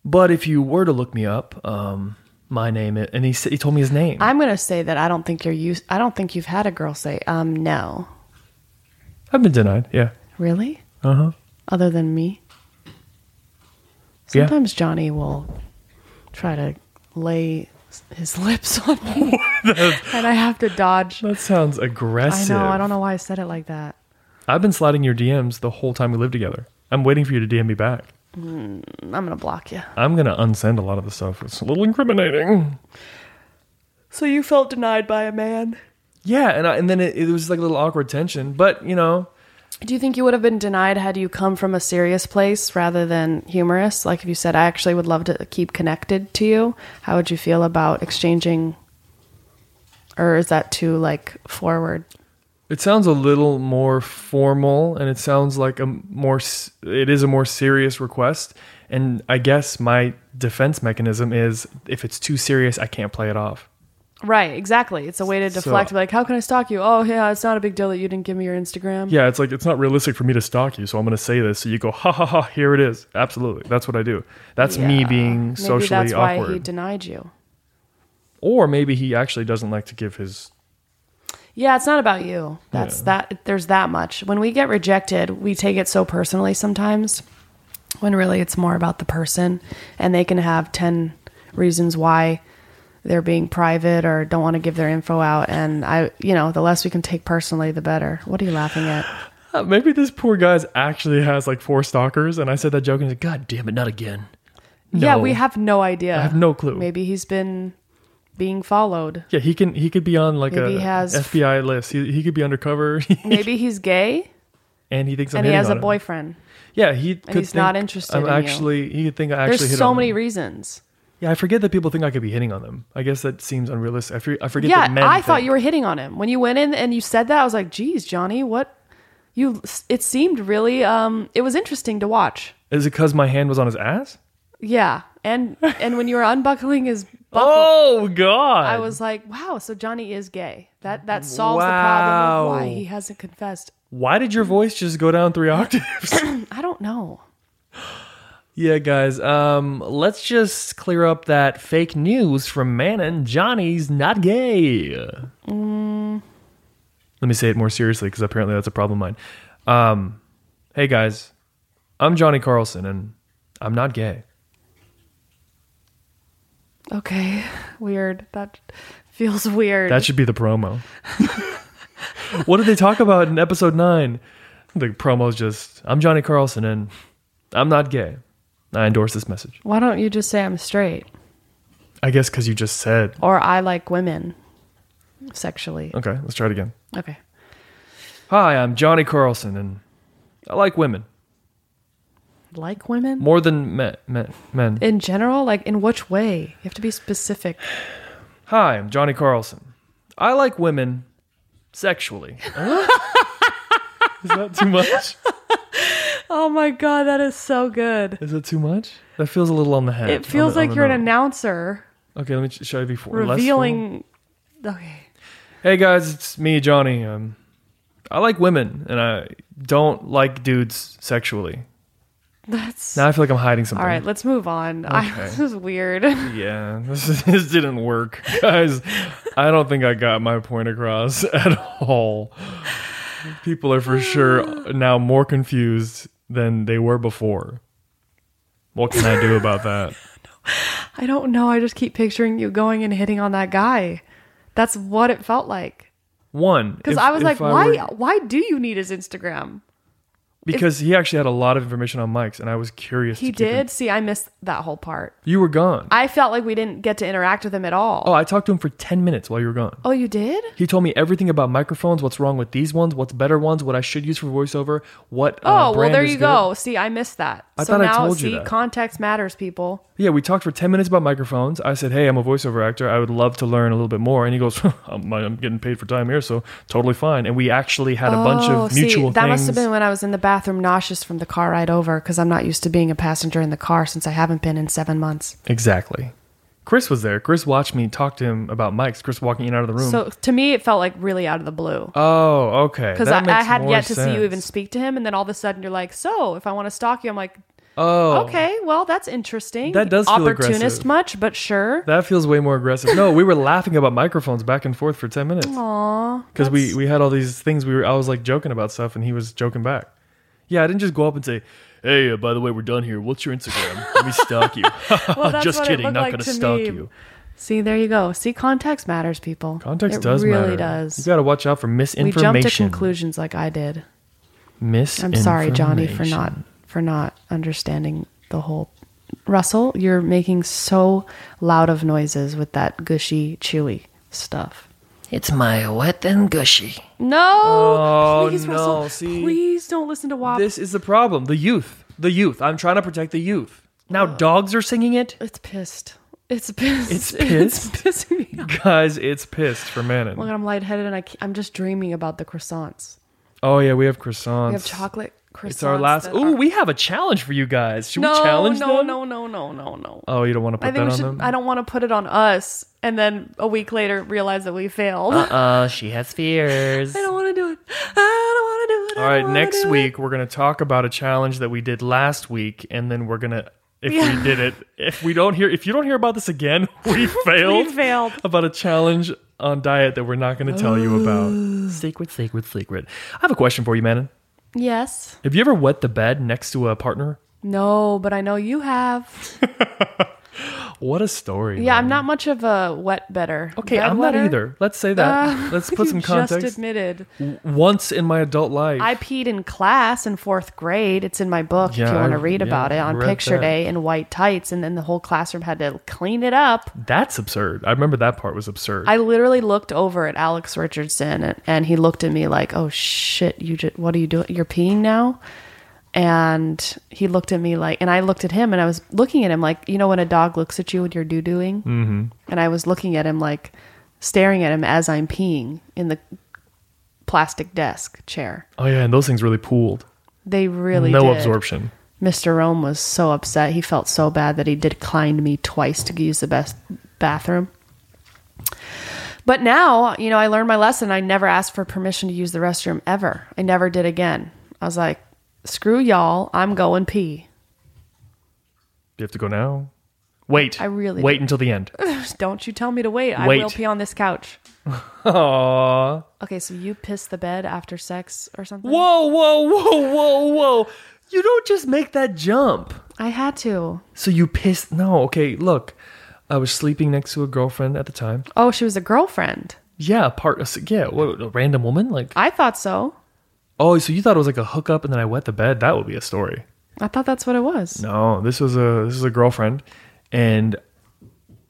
B: "But if you were to look me up, um, my name," i- and he s- he told me his name.
A: I'm gonna say that I don't think you're used. I don't think you've had a girl say, um, no,
B: I've been denied. Yeah.
A: really,
B: Uh huh.
A: other than me.
B: Yeah.
A: Sometimes Johnny will try to lay s- his lips on me, and I have to dodge.
B: That sounds aggressive.
A: I know. I don't know why I said it like that.
B: I've been sliding your DMs the whole time we lived together. I'm waiting for you to DM me back.
A: I'm gonna block you.
B: I'm gonna unsend a lot of the stuff. It's a little incriminating.
A: So you felt denied by a man.
B: Yeah, and I, and then it, it was like a little awkward tension, but you know,
A: Do you think you would have been denied had you come from a serious place rather than humorous? Like if you said, I actually would love to keep connected to you, how would you feel about exchanging? Or is that too like forward?
B: it sounds a little more formal, and it sounds like a more s- it is a more serious request. And I guess my defense mechanism is if it's too serious, I can't play it off.
A: Right, exactly. It's a way to deflect.
B: So-
A: like, how can I stalk you? Oh, yeah, it's not a big deal that you didn't give me your Instagram.
B: Yeah, it's like it's not realistic for me to stalk you, so I'm gonna say this. So you go, ha ha ha, here it is. Absolutely, that's what I do. That's me
A: Yeah.
B: being
A: Maybe
B: socially
A: that's why
B: awkward.
A: he denied you.
B: or maybe he actually doesn't like to give his
A: Yeah, it's not about you. That's that. There's that much. When we get rejected, we take it so personally sometimes. When really, it's more about the person, and they can have ten reasons why they're being private or don't want to give their info out. And I, you know, the less we can take personally, the better. What are you laughing at?
B: Uh, maybe this poor guy's actually has like four stalkers, and I said that joke, and he's like, "God damn it, not again."
A: Yeah,
B: No.
A: we have no idea.
B: I have no clue.
A: Maybe he's been being followed.
B: Yeah, he can. He could be on like
A: Maybe
B: a
A: he has-
B: FBI list. He, he could be undercover,
A: Maybe he's gay
B: and he thinks I'm
A: and he
B: hitting
A: has a
B: on him.
A: boyfriend.
B: Yeah, he could
A: he's not
B: think
A: interested
B: I'm
A: in you.
B: actually. He could think I actually.
A: There's
B: hit
A: so
B: on
A: many
B: Them.
A: reasons.
B: Yeah, I forget that people think I could be hitting on them. I guess that seems unrealistic. I, for- I forget.
A: yeah,
B: that men
A: I thought
B: think-
A: you were hitting on him when you went in and you said that. I was like, "Geez, Johnny, what?" You. It seemed really. Um, it was interesting to watch.
B: Is it because my hand was on his ass?
A: Yeah, and and when you were unbuckling his buckle,
B: Oh God!
A: I was like, "Wow, so Johnny is gay." That that solves the problem of
B: Wow.
A: why he hasn't confessed.
B: Why did your voice just go down three octaves?
A: I don't know.
B: Yeah, guys. Um, let's just clear up that fake news from Manon. Johnny's not gay. Mm. Let me say it more seriously because apparently that's a problem of mine. Um, hey guys, I'm Johnny Carlson and I'm not gay.
A: Okay, weird. That feels weird.
B: That should be the promo. what did they talk about in episode nine? The promo's just I'm Johnny Carlson and I'm not gay. I endorse this message.
A: why don't you just say I'm straight
B: I guess because you just said.
A: or I like women sexually?
B: Okay, let's try it again.
A: Okay.
B: Hi, I'm Johnny Carlson, and I like women
A: Like women?
B: more than men. men, men.
A: in general like in which way you have to be specific
B: Hi, I'm Johnny Carlson. I like women sexually. Huh? Is that too much?
A: oh my god that is so good
B: Is that too much? That feels a little on the head.
A: it feels like you're an announcer
B: Okay, let me. ch- Should I be for- less formal?
A: revealing okay
B: Hey guys, it's me, Johnny. Um, I like women, and I don't like dudes sexually.
A: that's
B: Now I feel like I'm hiding something.
A: all right let's move on I,
B: Okay.
A: this is weird
B: Yeah, this, this didn't work, guys. I don't think I got my point across at all. People are for sure now more confused than they were before. What can I do about that?
A: i don't know i just keep picturing you going and hitting on that guy that's what it felt like
B: One,
A: because
B: if-
A: i was
B: if
A: like
B: were-
A: why why do you need his instagram
B: because he actually had a lot of information on Mike's, and I was curious.
A: he
B: to keep it-
A: did see i missed that whole part
B: You were gone.
A: i felt like we didn't get to interact with him at all
B: oh, I Uh, talked to him for ten minutes while you were gone.
A: oh you did
B: He told me everything about microphones, what's wrong with these ones, what's better ones, what I should use for voiceover, what. uh,
A: Oh, well,
B: brand
A: there
B: is
A: you
B: good.
A: go. See, I missed that.
B: I
A: so
B: thought I
A: now,
B: told you
A: see,
B: that.
A: context matters, people.
B: Yeah, we talked for 10 minutes about microphones. I said, Hey, I'm a voiceover actor. I would love to learn a little bit more. And he goes, I'm, I'm getting paid for time here, so totally fine. And we actually had a bunch of mutual
A: Oh, that
B: things.
A: must have been when I was in the bathroom nauseous from the car ride over because I'm not used to being a passenger in the car since I haven't been in seven months.
B: exactly. Chris was there. Chris watched me talk to him about mics. Chris walking in and out of the room.
A: So to me, it felt like really out of the blue.
B: oh, okay.
A: Because I,
B: That
A: I
B: makes
A: had
B: more
A: yet to see you
B: sense.
A: even speak to him, and then all of a sudden you're like, "So, if I want to stalk you, I'm like,
B: Oh,
A: okay, well, that's interesting.
B: That does feel
A: opportunist
B: aggressive.
A: much, but sure.
B: That feels way more aggressive. No, we were laughing about microphones back and forth for ten minutes
A: Aw,
B: because we
A: that's-
B: we had all these things. We were I was like joking about stuff, and he was joking back. Yeah, I didn't just go up and say, "Hey, uh, by the way, we're done here. What's your Instagram? Let me stalk you."
A: Well, that's
B: just
A: what it
B: kidding.
A: looked
B: Not
A: like
B: gonna
A: to
B: stalk
A: me.
B: you.
A: See, there you go. See, context matters, people.
B: Context
A: it
B: does
A: really
B: matter. You
A: does.
B: got to watch out for
A: We
B: misinformation.
A: jumped to conclusions like I did. I'm
B: Misinformation.
A: sorry, Johnny, for not for not understanding the whole. Russell, you're making so loud of noises with that gushy, chewy stuff.
C: It's my wet and gushy.
A: No,
B: Oh,
A: please,
B: no,
A: Russell,
B: see?
A: please don't listen to WAP.
B: This is the problem. The youth. The youth. I'm trying to protect the youth. Now dogs are singing it.
A: it's pissed. It's pissed.
B: It's
A: it's pissing me off.
B: Guys, it's pissed for Manon.
A: Look, I'm lightheaded and I ca- I'm just dreaming about the croissants.
B: Oh yeah, we have croissants.
A: We have chocolate croissants.
B: It's our last.
A: that
B: Ooh,
A: are-
B: we have a challenge for you guys. Should
A: no,
B: we challenge
A: no,
B: them?
A: no, no, no, no, no.
B: Oh, you don't want to put
A: I think
B: that
A: we
B: on
A: should.
B: them.
A: I don't want to put it on us, and then a week later realize that we failed.
B: Oh,
C: Uh, she has fears.
A: I don't want to do it. I don't want to do it. I
B: All right,
A: don't wanna
B: next
A: do it.
B: week we're gonna talk about a challenge that we did last week, and then we're gonna if we
A: Yeah.
B: did it. If we don't hear, if you don't hear about this again, we failed.
A: failed.
B: about a challenge on diet that we're not gonna tell you about.
C: Secret, secret, secret.
B: I have a question for you, Manon.
A: Yes.
B: Have you ever wet the bed next to a partner?
A: No, but I know you have.
B: What a story.
A: Yeah,
B: man.
A: I'm not much of a wet better.
B: Mm. Okay, I'm not either. Let's say that. Let's put some context.
A: Uh, Just admitted.
B: Once in my adult life,
A: I peed in class in fourth grade. It's in my book
B: Yeah,
A: if you want
B: I-
A: to read
B: yeah,
A: about it
B: I
A: on
B: read
A: picture
B: that.
A: day in white tights. And then the whole classroom had to clean it up.
B: that's absurd. I remember that part was absurd.
A: I literally looked over at Alex Richardson and, and he looked at me like, "Oh shit, you just what are you doing? You're peeing now?" And he looked at me like, and I looked at him and I was looking at him like, you know, when a dog looks at you when you're doo dooing, mm-hmm. and I was looking at him like, staring at him as I'm peeing in the plastic desk chair.
B: oh yeah, and those things really pooled.
A: They really
B: no
A: did.
B: absorption.
A: Mr. Rome was so upset. He felt so bad that he declined me twice to use the best bathroom. But now, you know, I learned my lesson. I never asked for permission to use the restroom ever. I never did again. I was like, screw y'all. I'm going pee.
B: You have to go now. Wait.
A: I really
B: wait
A: do.
B: until the end.
A: Don't you tell me to wait. I
B: Wait.
A: will pee on this couch.
B: Aww.
A: Okay, so you piss the bed after sex or something?
B: Whoa, whoa, whoa, whoa, whoa! You don't just make that jump.
A: I had to.
B: So you pissed. No, okay. Look, I was sleeping next to a girlfriend at the time.
A: Oh, she was a girlfriend.
B: Yeah, a part. Yeah, what, a random woman. Like,
A: I thought so.
B: oh, so you thought it was like a hookup, and then I wet the bed. That would be a story.
A: I thought that's what it was.
B: No, this was a this is a girlfriend, and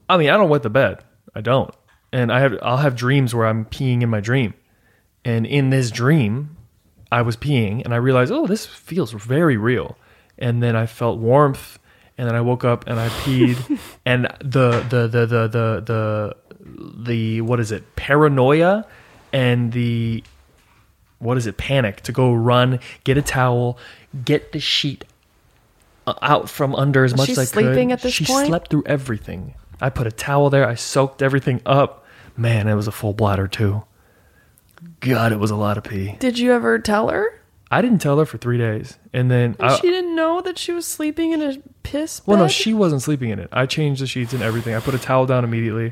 B: I mean I don't wet the bed. I don't, and I have I'll have dreams where I'm peeing in my dream, and in this dream, I was peeing and I realized oh this feels very real, and then I felt warmth, and then I woke up and I peed, and the the the the the the the what is it paranoia, and the what is it panic to go run get a towel get the sheet uh, out from under as much
A: She's
B: as i
A: sleeping
B: could
A: at this
B: she
A: point?
B: slept through everything i put a towel there i soaked everything up man it was a full bladder too god it was a lot of pee
A: Did you ever tell her?
B: i didn't tell her for three days and then I,
A: she didn't know that she was sleeping in a piss bed.
B: Uh, well no she wasn't sleeping in it i changed the sheets and everything i put a towel down immediately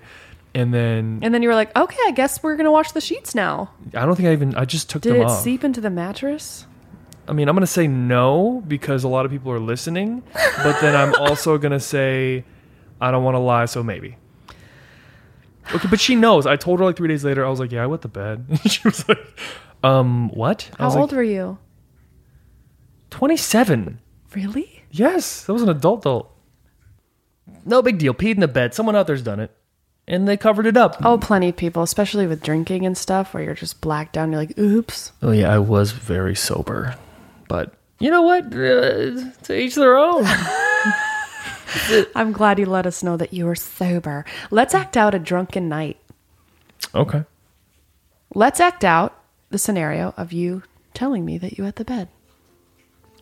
B: and then
A: and then you were like, okay, I guess we're gonna wash the sheets now.
B: i don't think i even i just took
A: Did
B: them
A: it
B: off
A: seep into the mattress?
B: I mean, I'm going to say no because a lot of people are listening, but then I'm also going to say I don't want to lie, so maybe. Okay, but she knows. I told her like three days later. I was like, "Yeah, I went to bed." she was like, "Um, what?" I
A: How
B: was
A: old
B: Like,
A: were you?
B: Twenty-seven.
A: Really?
B: Yes, that was an adult. Adult.
C: No big deal. Peed in the bed. Someone out there's done it, and they covered it up.
A: Oh, plenty of people, especially with drinking and stuff, where you're just blacked out. And you're like, oops.
C: Oh yeah, I was very sober, but you know what? Uh, to each their own.
A: I'm glad you let us know that you were sober. Let's act out a drunken night.
B: Okay.
A: Let's act out the scenario of you telling me that you at the bed.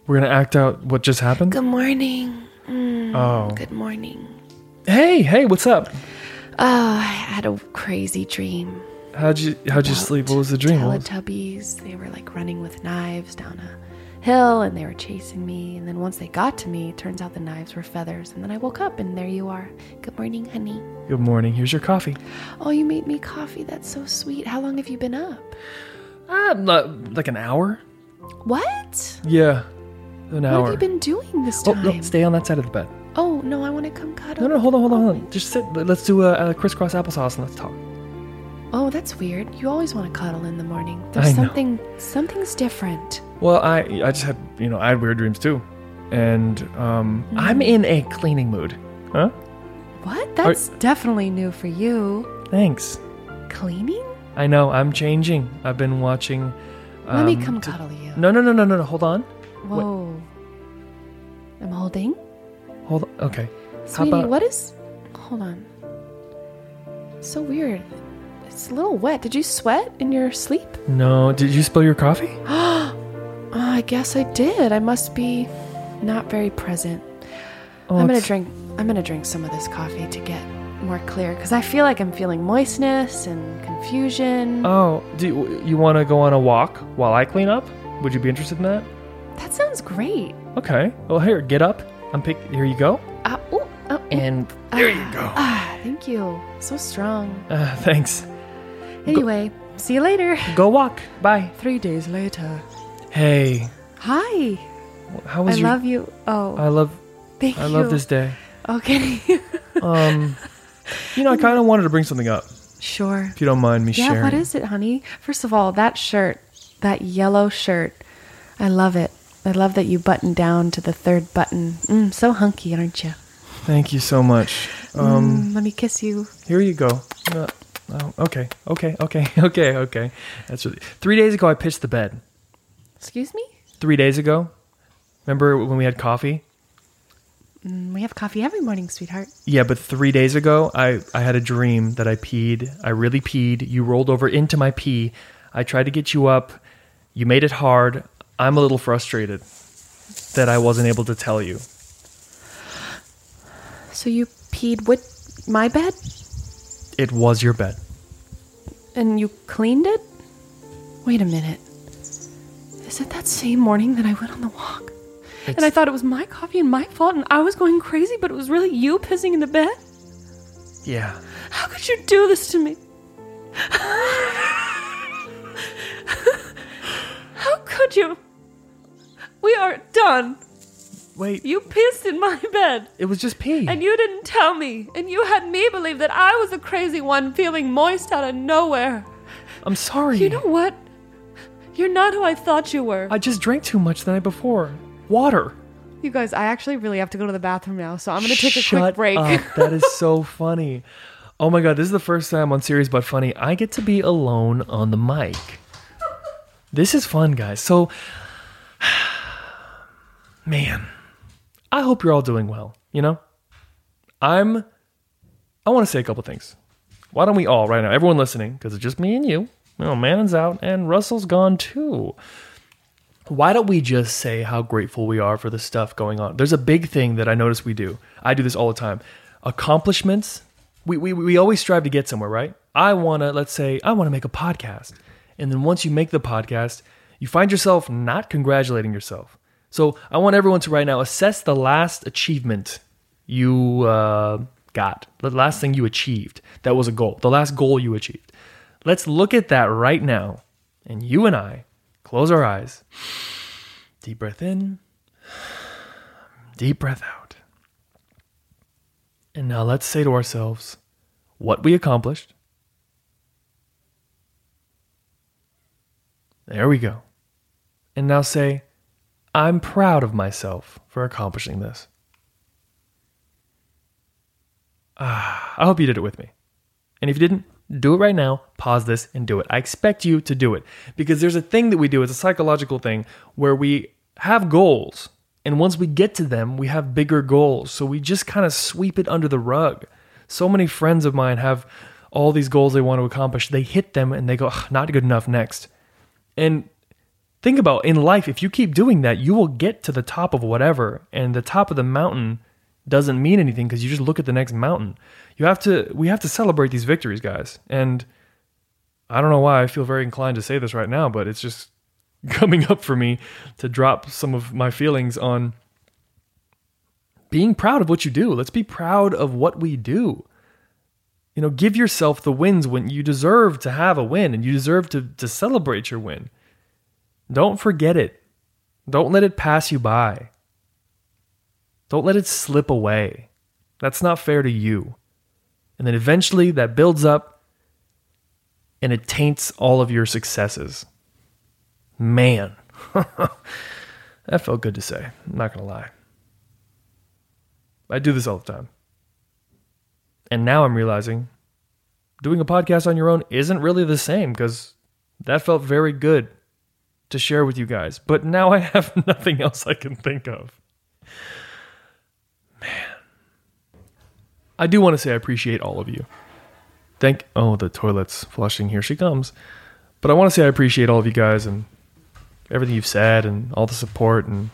B: We're gonna act out what just happened.
D: Good morning.
B: Oh,
D: Good morning.
B: Hey, hey, what's up?
A: Oh, I had a crazy dream.
B: How'd you How'd you
A: about
B: sleep? What was the dream? What was-
A: Teletubbies. They were like running with knives down a hill and they were chasing me. And then once they got to me, it turns out the knives were feathers. And then I woke up and there you are. Good morning, honey.
B: Good morning. Here's your coffee.
A: Oh, you made me coffee. That's so sweet. How long have you been up?
B: Uh, li- like an hour.
A: What?
B: Yeah, an
A: What
B: hour.
A: have you been doing this
B: oh
A: time?
B: no, stay on that side of the bed.
A: Oh, no, I want to come
B: No,
A: cuddle.
B: no, hold on, hold on, hold on. Just sit. Let- Let's do a, a crisscross applesauce and let's talk.
A: Oh, that's weird. You always want to cuddle in the morning.
B: I
A: There's
B: know.
A: something something's different.
B: Well, I I just had you know I had weird dreams too, and um
A: Hmm.
B: I'm in a cleaning mood. Huh?
A: What? That's definitely new for you.
B: Thanks.
A: Cleaning?
B: I know I'm changing. I've been watching.
A: Let me
B: um,
A: come
B: t-
A: cuddle you.
B: No, no, no, no, no, no. Hold on.
A: Whoa. I'm holding.
B: Hold on. Okay.
A: Sweetie,
B: about-
A: what is Hold on. So weird. It's a little wet. Did you sweat in your sleep?
B: No, did you spill your coffee?
A: Oh, I guess I did. I must be not very present.
B: Oh,
A: I'm gonna
B: it's-
A: drink. I'm gonna drink some of this coffee to get more clear because I feel like I'm feeling moistness and confusion.
B: Oh, do you, you want to go on a walk while I clean up? Would you be interested in that?
A: that sounds great.
B: Okay. Well, here, get up. I'm pick. Here you go.
A: Uh, ooh, uh, ooh,
B: And
A: there you go. Ah, thank you. So strong.
B: uh, thanks.
A: Anyway, see you later.
B: Go walk. Bye.
A: Three days later.
B: Hey,
A: Hi.
B: how
A: I
B: was your?
A: love you. Oh,
B: I love.
A: thank
B: I
A: you.
B: love this day.
A: Okay.
B: Um, you know, I kind of wanted to bring something up,
A: sure.
B: if you don't mind me
A: Yeah,
B: sharing.
A: what is it, honey? First of all, that shirt, that yellow shirt, I love it. I love that you buttoned down to the third button. Mm, so hunky, aren't you?
B: Thank you so much. Um,
A: Mm, let me kiss you.
B: here you go. Uh, oh, okay, okay, okay, okay, okay. That's really, three days ago. I pitched the bed.
A: Excuse me?
B: Three days ago. Remember when we had coffee?
A: Mm, we have coffee every morning, sweetheart.
B: Yeah, but three days ago, I, I had a dream that I peed. I really peed. You rolled over into my pee. I tried to get you up. You made it hard. I'm a little frustrated that I wasn't able to tell you.
A: So you peed what my bed
B: It was your bed.
A: and you cleaned it? Wait a minute. Is it that same morning that I went on the walk?
B: It's-
A: and I thought it was my coffee and my fault and I was going crazy, but it was really you pissing in the bed?
B: Yeah.
A: How could you do this to me? How could you? We are done.
B: Wait,
A: You pissed in my bed,
B: it was just pee.
A: and you didn't tell me, and you had me believe that I was the crazy one feeling moist out of nowhere.
B: I'm sorry.
A: You know what? You're not who I thought you were.
B: I just drank too much the night before. Water.
A: you guys, I actually really have to go to the bathroom now, so I'm
B: Shut up. that is so funny. Oh my god, this is the first time on Serious But Funny I get to be alone on the mic. This is fun, guys. So, man, I hope you're all doing well. You know, I'm. I want to say a couple things. Why don't we all right now, everyone listening, because it's just me and you. Oh, Manon's out and Russell's gone too why don't we just say how grateful we are for the stuff going on? There's a big thing that I notice we do. I do this all the time. Accomplishments. We, we, we always strive to get somewhere, right? I want to, let's say, I want to make a podcast. And then once you make the podcast, you find yourself not congratulating yourself. So I want everyone to right now assess the last achievement you uh, got, the last thing you achieved that was a goal, the last goal you achieved. Let's look at that right now. And you and I close our eyes Deep breath in, deep breath out. And now let's say to ourselves what we accomplished. There we go. And now say, I'm proud of myself for accomplishing this. Ah, I hope you did it with me. And if you didn't, do it right now. Pause this and do it. I expect you to do it because there's a thing that we do, it's a psychological thing where we have goals. And once we get to them, we have bigger goals. So we just kind of sweep it under the rug. So many friends of mine have all these goals they want to accomplish. They hit them and they go, "Ugh, not good enough next. And think about in life, if you keep doing that, you will get to the top of whatever. And the top of the mountain doesn't mean anything because you just look at the next mountain. You have to we have to celebrate these victories, guys. And I don't know why I feel very inclined to say this right now, but it's just coming up for me to drop some of my feelings on being proud of what you do. Let's be proud of what we do. You know, give yourself the wins when you deserve to have a win and you deserve to, to celebrate your win. Don't forget it. Don't let it pass you by. Don't let it slip away. That's not fair to you. And then eventually that builds up and it taints all of your successes. Man, that felt good to say. I'm not going to lie. I do this all the time. And now I'm realizing doing a podcast on your own isn't really the same because that felt very good to share with you guys. But now I have nothing else I can think of. I do want to say I appreciate all of you. Thank oh the toilet's flushing here she comes. But I want to say I appreciate all of you guys and everything you've said and all the support and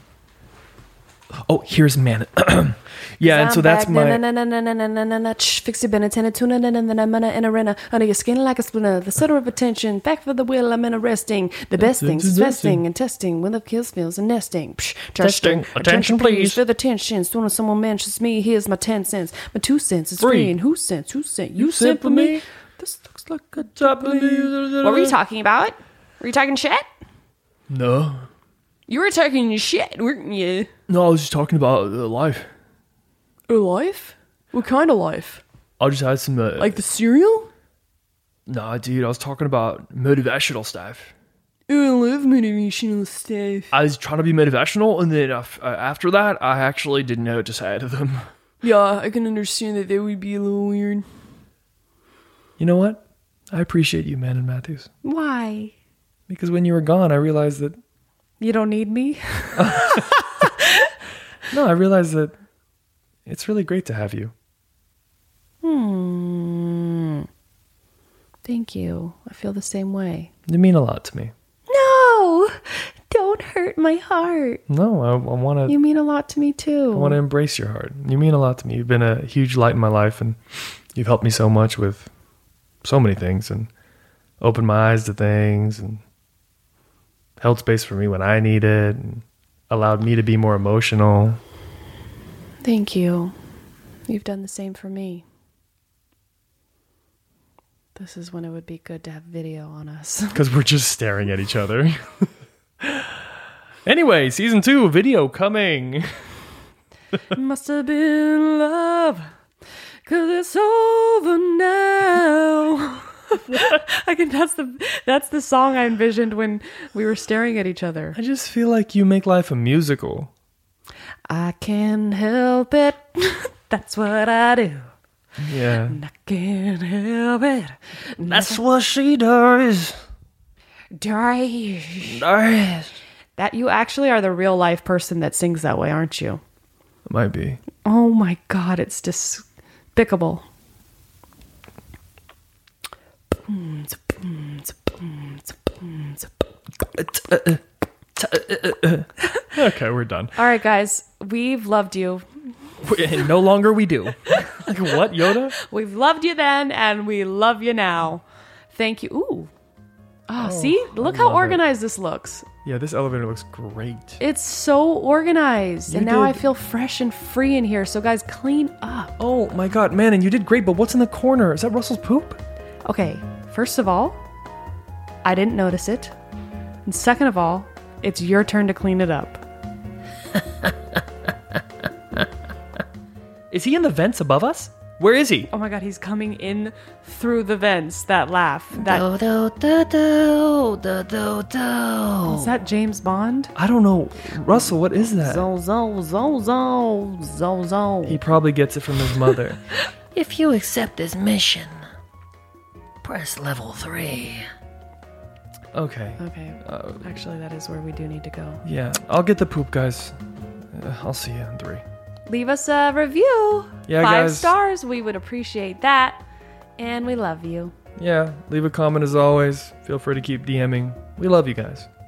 B: Oh, here's man. yeah, and so that's my
A: my. Fix your benatana tuna na na na na in a rena under your skin like a splinter. The center of attention, back for the wheel. I'm in a resting. The best things is vesting and testing. When the kills feels and nesting. Psh,
B: Testing. Attention, please.
A: Feel the tension. Soon as someone mentions me, here's my ten cents. My two cents is free.
B: Free.
A: And who sent? Who sent? You, sent for me. This looks like a
D: What were you talking about? Were you talking shit?
B: No.
D: You were talking shit, weren't you?
B: No, I was just talking about uh, life.
A: life. What kind of life?
B: I just had some uh,
A: Like the cereal?
B: Nah, dude, I was talking about motivational stuff.
A: I love motivational stuff.
B: I was trying to be motivational, and then af- uh, after that, I actually didn't know what to say to them.
A: Yeah, I can understand that that would be a little weird.
B: You know what? I appreciate you, Manon Matthews,
D: Why?
B: because when you were gone, I realized that
A: You don't need me?
B: no, I realized that it's really great to have you.
D: Hmm.
A: Thank you. I feel the same way.
B: You mean a lot to me.
A: No! Don't hurt my heart.
B: No, I, I want to.
A: You mean a lot to me too.
B: I want to embrace your heart. You mean a lot to me. You've been a huge light in my life, and you've helped me so much with so many things, and opened my eyes to things, and held space for me when I needed, and allowed me to be more emotional.
A: Thank you. You've done the same for me. This is when it would be good to have video on us.
B: because we're just staring at each other. anyway, season two video coming.
A: Must have been love, cause it's over now. I can. That's the that's the song I envisioned when we were staring at each other.
B: I just feel like you make life a musical.
A: I can't help it. that's what I do.
B: Yeah.
A: I can't help it.
C: That's what she does.
A: Dry.
C: Does.
A: That you actually are the real life person that sings that way, aren't you?
B: Might be.
A: Oh my god, it's despicable.
B: Okay, we're done.
A: All right, guys, we've loved you.
C: And no longer we do.
B: Like, what, Yoda?
A: We've loved you then, and we love you now. Thank you. Ooh. Oh, see? Look how
B: love it.
A: organized this looks.
B: Yeah, this elevator looks great.
A: It's so organized. and now I
B: did-
A: feel fresh and free in here. So, guys, clean up.
B: Oh my god, man, and you did great, but what's in the corner? Is that Russell's poop?
A: Okay, first of all, I didn't notice it. And second of all, it's your turn to clean it up.
C: Is he in the vents above us? Where is he?
A: Oh my god, he's coming in through the vents. That laugh. That
D: Do do do do do do
A: is
D: do.
A: that James Bond?
B: I don't know. Russell, what is that?
A: Zo zo zo zo zo zo.
B: He probably gets it from his mother.
D: If you accept this mission, press level three.
B: okay.
A: Okay. Actually, that is where we do need to go.
B: Yeah, I'll get the poop, guys. Uh, I'll see you in three.
A: Leave us a review.
B: Yeah,
A: Five
B: guys.
A: stars. We would appreciate that. And we love you.
B: Yeah, leave a comment as always. Feel free to keep DMing. We love you guys.